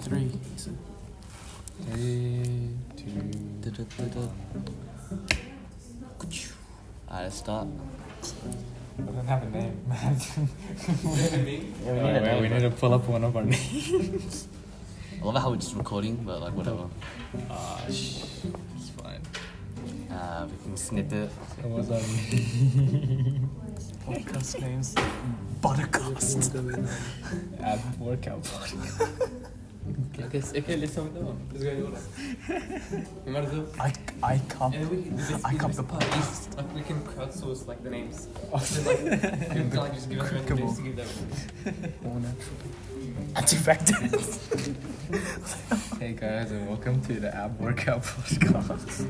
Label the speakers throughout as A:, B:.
A: strings.
B: Three, two.
A: Du-du-du-du. Alright, let's start.
B: I don't have a name.
A: Yeah,
B: Alright, well, Oh, we need to pull up one of our names.
A: I love how it's recording, but like whatever.
B: Ah, sh- it's fine.
A: Uh, we can snip it.
B: What was our name?
C: Podcast names. Buttercast.
B: App workout podcast.
D: Okay, s- okay, let's have that one. Let's go in order. Remember the-
C: I, I cup.
D: and we can, the best-
C: I
D: the
C: cup
D: best
C: the
D: part is, Like we can crowdsource like the names. So, like, people can, like, just give us random names to give them.
A: Oh
C: Antifectant.
B: Hey guys, and welcome to the App Workout Podcast.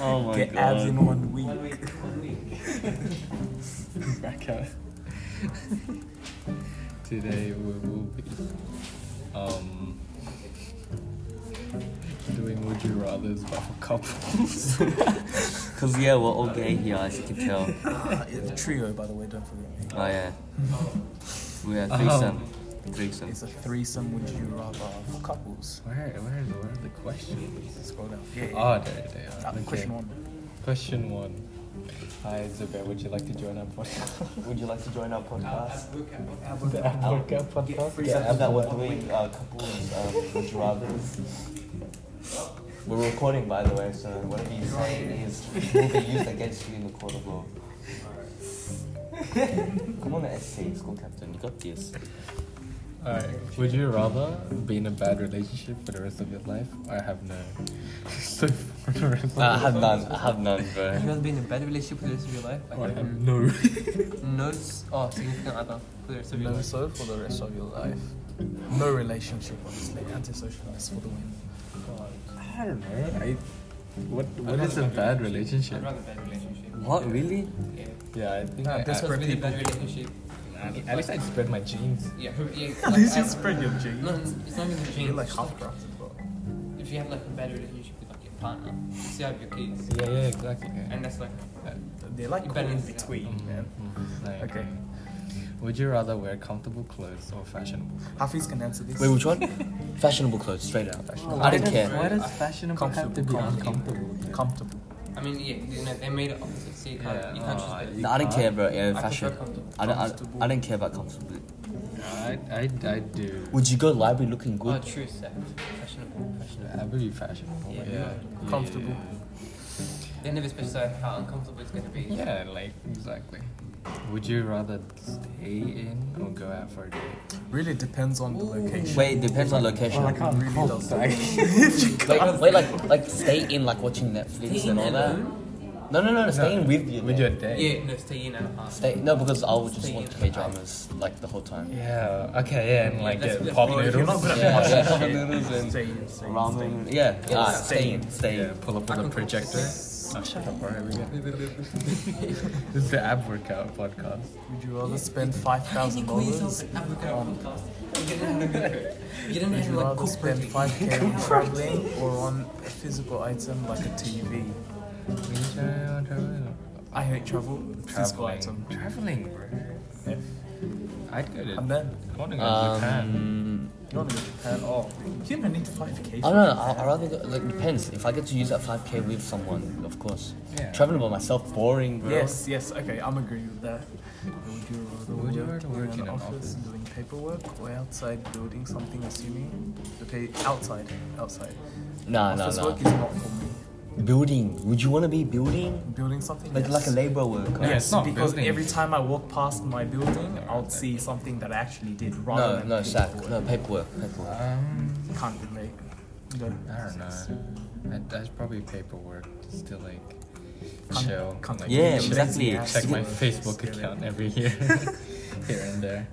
A: Oh my
C: Get abs in one week.
D: One week, one week.
B: Back out. Today we will be um doing Would You Rather's by for couples.
A: Cause yeah, we're all gay here, as you can tell.
C: Ah, yeah, the trio, by the way, don't forget me.
A: Oh yeah. We are threesome. Threesome.
C: It's a threesome, would you rather, for couples.
B: Where, where, where are the questions?
C: Scroll down. Yeah, yeah.
B: Oh, there they are.
C: Ah,
B: Okay.
C: Question one.
B: Question one. Hi, Zubair, would you like to join our podcast?
A: Would you like to join our podcast?
B: the App Workout Podcast? The App-
A: we're doing uh, couples, um, would you rather? We're recording, by the way, so whatever you say is will be used against you in the court of law. Come on, SC, school captain, you got this.
B: Alright, would you rather be in a bad relationship for the rest of your life or have no? so for the rest of
A: I have none. I have none,
D: Have you
A: bro.
D: guys been in a bad relationship for the rest of your life?
B: or
D: Like,
B: Oh, have no.
D: no, s- oh, significant other for the rest of your
C: No
D: life.
C: so for the rest of your life. No relationship, obviously. Antisocialness for the win.
B: I don't know. I, what what
D: rather
B: is a
D: bad
B: bad relationship?
D: I'd rather bad relationship.
A: What really?
D: Yeah.
B: Yeah, I think
C: Nah,
B: I,
C: that's
B: I,
C: what-
D: Because really bad relationship.
B: at, at least I spread my jeans.
D: Yeah, who- yeah.
C: At
D: like,
C: least you
D: I-
C: spread your jeans.
D: No, it's not even the jeans.
C: You're like
D: it's
C: half
D: like
C: crafted, bro.
D: If you have like a bad relationship with like your partner, if you have your kids,
B: Yeah, yeah, exactly. Mm-hmm,
D: and that's like
C: They like
D: You
C: cool in
D: balance it out.
C: between,
B: Mhm,
C: man.
B: mhm, like,
C: Okay.
B: Would you rather wear comfortable clothes or fashionable?
C: Hafiz can answer this.
A: Wait, which one? Fashionable clothes, straight out.
C: Fashionable.
A: I don't care.
B: Why does fashionable have to be
C: Comfortable.
B: uncomfortable?
C: Comfortable.
D: I mean, yeah, you know, they made it opposite, so you can't,
B: Yeah,
D: you
B: oh,
D: can't just. do
B: you-
D: it.
A: No, I don't care, bro.
D: I
A: Yeah,
D: prefer
A: fashion.
D: comfortable.
A: I don't. I, I don't care about comfortability.
B: I, I, I do.
A: Would you go library looking
D: Oh,
A: good?
D: true, Seth. Fashionable, fashionable.
B: I would be fashionable.
D: Yeah,
B: Yeah.
D: yeah.
C: Comfortable.
D: They never specify how uncomfortable it's gonna be.
B: Yeah, like exactly. Would you rather stay in or go out for a date?
C: Really depends on the location.
A: Wait, Oh, depends on location.
C: really does.
A: Wait, wait, like, like stay in, like watching Netflix
D: Stay
A: and
D: in
A: all that.
D: alone?
A: No, no, no, no stay in with you.
B: With your date?
D: Yeah, no, stay in and half.
A: Stay. No, because I would just
D: Stay
A: watch
D: in.
A: K dramas like the whole time.
B: Yeah. Okay. Yeah, and like
D: That's-
B: get
D: that's
B: pop
D: more-
B: noodles.
D: if
C: You're not good at
A: Yeah,
C: watching
A: yeah.
C: shit.
A: Comfortable and-
C: Stay in, stay in, stay in.
A: Ramen. Yeah.
D: Yeah,
A: ah,
D: stay
A: stay in. Stay
B: yeah,
A: in.
B: pull up with
D: I
B: a
D: can-
B: projector. Oh, shut up, bro. Here we go. This is the ab workout podcast.
C: Would you rather spend five thousand dollars?
D: You didn't
C: Would
D: have
C: you
D: like
C: rather
D: cook
C: spend
D: properly.
C: five k on traveling or on a physical item like a TV? I hate travel. Physical item.
B: Traveling, bro.
C: Yeah.
B: I'd go to.
C: And then
B: I want to go to Japan.
A: Um,
C: you want to go to Japan? Oh, you don't need five k.
A: I don't know. I, I rather go, like depends. If I get to use that 5k with someone, of course.
B: Yeah.
A: Traveling by myself, boring, bro.
C: Yes, yes. Okay, I'm agreeing with that. Would you rather
B: Would you
C: work,
B: rather work
C: in an office doing paperwork or outside building something? Assuming the pay outside, outside.
A: Nah, nah,
C: office
A: nah.
C: work is not for me.
A: Building. Would you want to be building?
C: Building something.
A: Like,
C: yes.
A: like a labor worker.
B: Yeah,
C: Yes,
B: it's not
C: because
B: building.
C: every time I walk past my building, I'll see something that I actually did rather
A: No,
C: than
A: no, sack.
C: paperwork.
A: No paperwork. Paperwork.
B: Um,
C: Can't relate. No.
B: I don't know. I'd, that's probably paperwork. Just to like
C: Con-
B: chill.
C: con-
B: like,
A: Yeah,
B: check-
A: exactly.
B: Check my
A: Yeah.
B: Facebook account every year, here and there.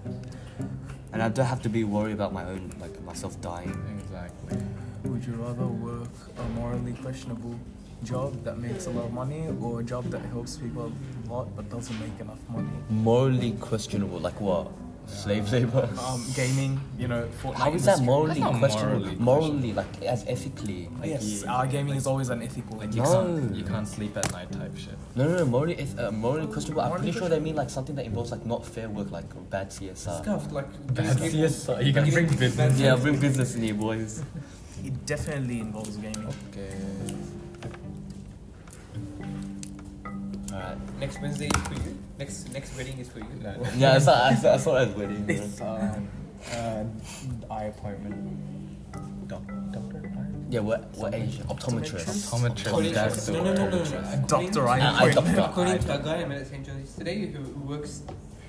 A: And I don't have to be worried about my own, like myself dying.
B: Exactly.
C: Would you rather work a morally questionable job that makes a lot of money or a job that helps people a lot but doesn't make enough money?
A: Morally questionable, like what? slave labor.
C: Um, gaming, you know, Fortnite.
A: How is that
C: industry.
A: morally
B: not
A: questionable?
B: morally
A: Morally, like as ethically. Like,
C: Yes, uh, gaming is always unethical.
B: Like you
A: No.
B: can't you can't sleep at night type shit.
A: No, no, no. Morally, eth- uh, morally questionable. I'm
C: Morally
A: pretty sure they mean like something that involves like not fair work, like bad CSR.
D: Scuffed, like.
B: Bad
D: these people-
B: CSI. You can bring business.
A: Yeah, bring business in here, boys.
C: it definitely involves gaming.
B: Okay.
A: Alright.
D: Next Wednesday is for you. Next next wedding is for you.
B: No.
A: Yeah, I saw, I saw, I saw that wedding. bro.
E: It's um, uh, eye appointment. Doc- doctor?
A: Yeah, what what age? Optometrist.
B: Optometrist.
D: According-
B: That's the
D: Oh, no, no,
B: word.
D: no, no, no. According-
C: Doctor, I-
A: Uh, eye doctor.
D: According to a guy I met at St. John's today who who works.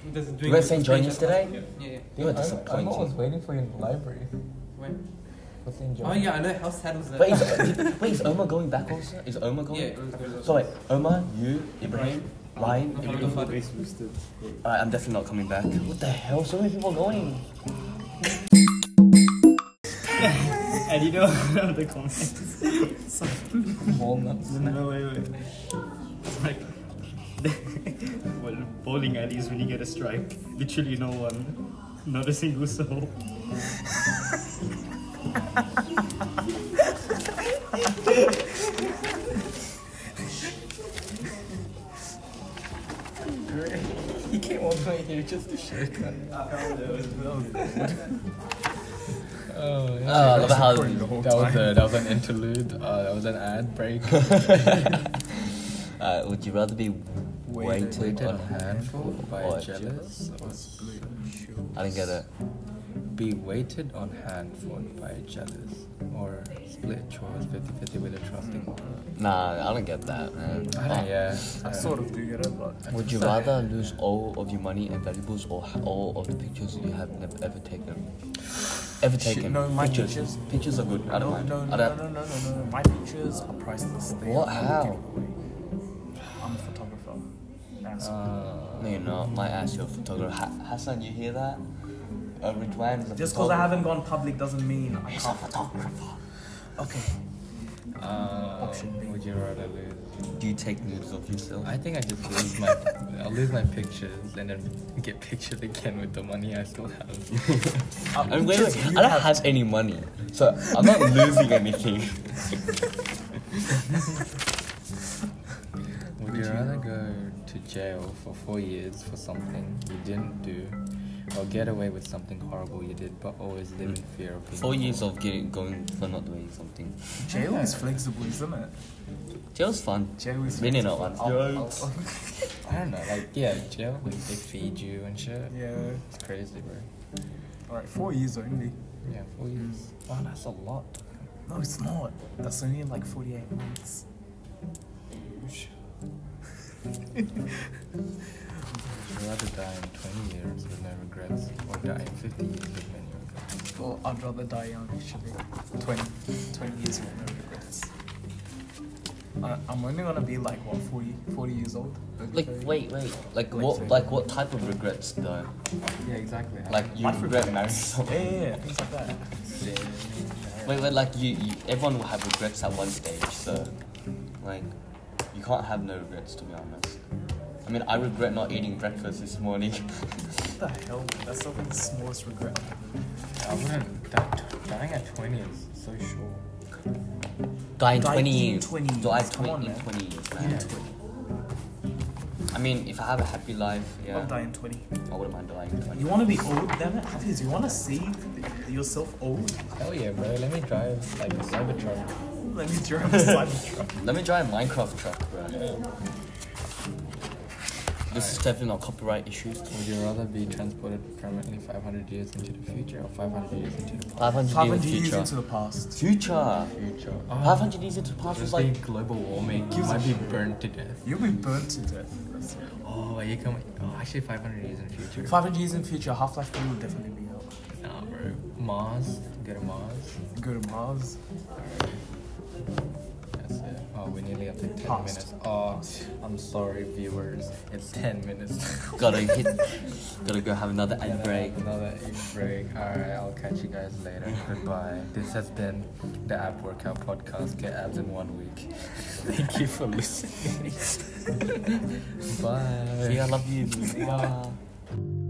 D: who does doing
A: You went St. John's
D: screenshot-
A: today?
D: Yeah, yeah.
A: You were
E: I'm always
A: disappointing.
E: waiting for you in the library.
D: When?
E: What's in
D: Oh, yeah, I know how sad was that.
A: Wait, is, wait, is Omar going back also? Is Omar going?
D: Yeah, it was good.
A: So wait, Omar, you, Ibrahim, Lion,
D: I'm
A: Ibrahim.
D: gonna find it.
A: Alright, I'm definitely not coming back. What the hell? So many people going.
F: And you know the comments.
E: Walnuts.
F: No, wait, wait. It's like, well, bowling alleys when you get a strike. Literally no one. Not a single soul.
E: He came all the way here just to shake that.
B: Oh,
A: Oh, I
B: yeah.
A: love how.
B: that was a, that was an interlude. Uh, that was an ad break.
A: Uh, would you rather be
C: Waited
A: waited,
B: Waited
A: on
B: on hand for by
A: or
B: jealous.
C: What's blue?
A: I didn't get it.
B: Be waited on hand for by jealous. Or split chores 50-50 with a trusting one.
A: Nah, I don't get that, man.
B: Hmm. I don't, yeah.
C: I sort of do get it, but
A: Would you rather lose all of your money and valuables or h- all of the pictures you have never ever taken? Ever
C: Shit,
A: taken?
C: no, my
A: pictures.
C: pictures-
A: Pictures are good. I don't
C: no,
A: mind.
C: no,
A: I
C: no, no,
A: don't.
C: no, no, no, no. My pictures are priceless. They
A: What?
C: are
A: How?
C: unforgettable. I'm a photographer. That's
B: Uh,
A: No, you're not. My ass, you're a photographer. Ha- Hassan, you hear that? Uh, Ridwan is a
C: just because I
A: photographer.
C: haven't gone public doesn't mean I
A: He's a
C: can't.
A: photographer.
C: Okay.
B: uh,
C: Option B.
B: Would you rather lose?
A: Do you take nudes of yourself?
B: I think I just lose my. I'll lose my pictures and then get pictured again with the money I still have.
C: Uh,
A: I'm going
C: pictures
A: I
C: you
A: don't
C: have-
A: have any money, so I'm not losing anything.
B: Would you rather go to jail for four years for something you didn't do, or get away with something horrible you did but always live in fear of being
A: Four years of getting going for not doing something.
C: Jail is flexible, isn't it?
A: Jail's fun.
C: Jail is
A: Been in it
C: flexible. Oh,
A: once.
C: I'll- I'll-
B: I don't know, like yeah, jail. Like they feed you and shit.
C: yeah.
B: It's crazy, bro.
C: Alright, four years only.
B: Yeah, four years. Wow, that's a lot.
C: No, it's not. That's only in like 48 months.
A: Oh,
B: Would you rather die in twenty years with no regrets, or die in fifty years with many regrets?
C: Well, I'd rather die young, actually. 20, 20 years with no regrets. I, I'm only gonna be like, what, 40, 40 years old?
A: Like
C: 30?
A: wait, wait. Like what? Like what type of regrets though?
E: Yeah, exactly.
A: Like you
C: Life
A: regret marrying someone.
C: Yeah, yeah, yeah, things like that.
A: Wait, wait. Like you, you, everyone will have regrets at one stage. So, like, you can't have no regrets to be honest. I mean, I regret not eating breakfast this morning.
C: What the hell, man? That's probably the smallest regret.
B: I wouldn't. die dying at twenty is so short.
A: Die in
C: Die
A: 20
C: in
A: years.
C: 20 years.
A: Die
C: Come
A: 20
C: on,
A: in
C: man.
A: 20 years, man.
B: Yeah.
A: I mean, if I have a happy life, yeah,
C: I'll die in 20.
A: I wouldn't mind dying in 20.
C: You wanna be old, damn it? Hafiz, you wanna see yourself old?
B: Hell yeah, bro. Let me drive like a Cybertruck.
C: Let me drive a Cybertruck.
A: Let me drive a Minecraft truck, bro. This is definitely not copyright issues.
B: Would you rather be transported permanently 500 years into the future or 500 years into the
A: 500,
C: 500
A: years
C: years
A: future.
C: into the past.
A: future.
B: future?
A: 500 years into the past
B: There's
A: is
B: like
A: like.
B: global warming. You might be burned to death.
C: You'll be burnt to death. That's it.
B: Oh, are you coming? Oh, actually, 500 years in the future.
C: 500 years in future, Half-Life 3 will definitely be out.
B: Nah, bro. Mars. Go to Mars.
C: Go to Mars.
B: That's it. Oh, we're nearly up to 10
C: Past.
B: minutes. Oh, I'm sorry, viewers. It's 10 minutes.
A: Gotta hit. Gotta go have another ad break.
B: Another egg break. Alright, I'll catch you guys later. Goodbye. This has been the App Workout Podcast. Get abs in one week. Thank you for listening. Bye.
A: See, I love you. Mwah.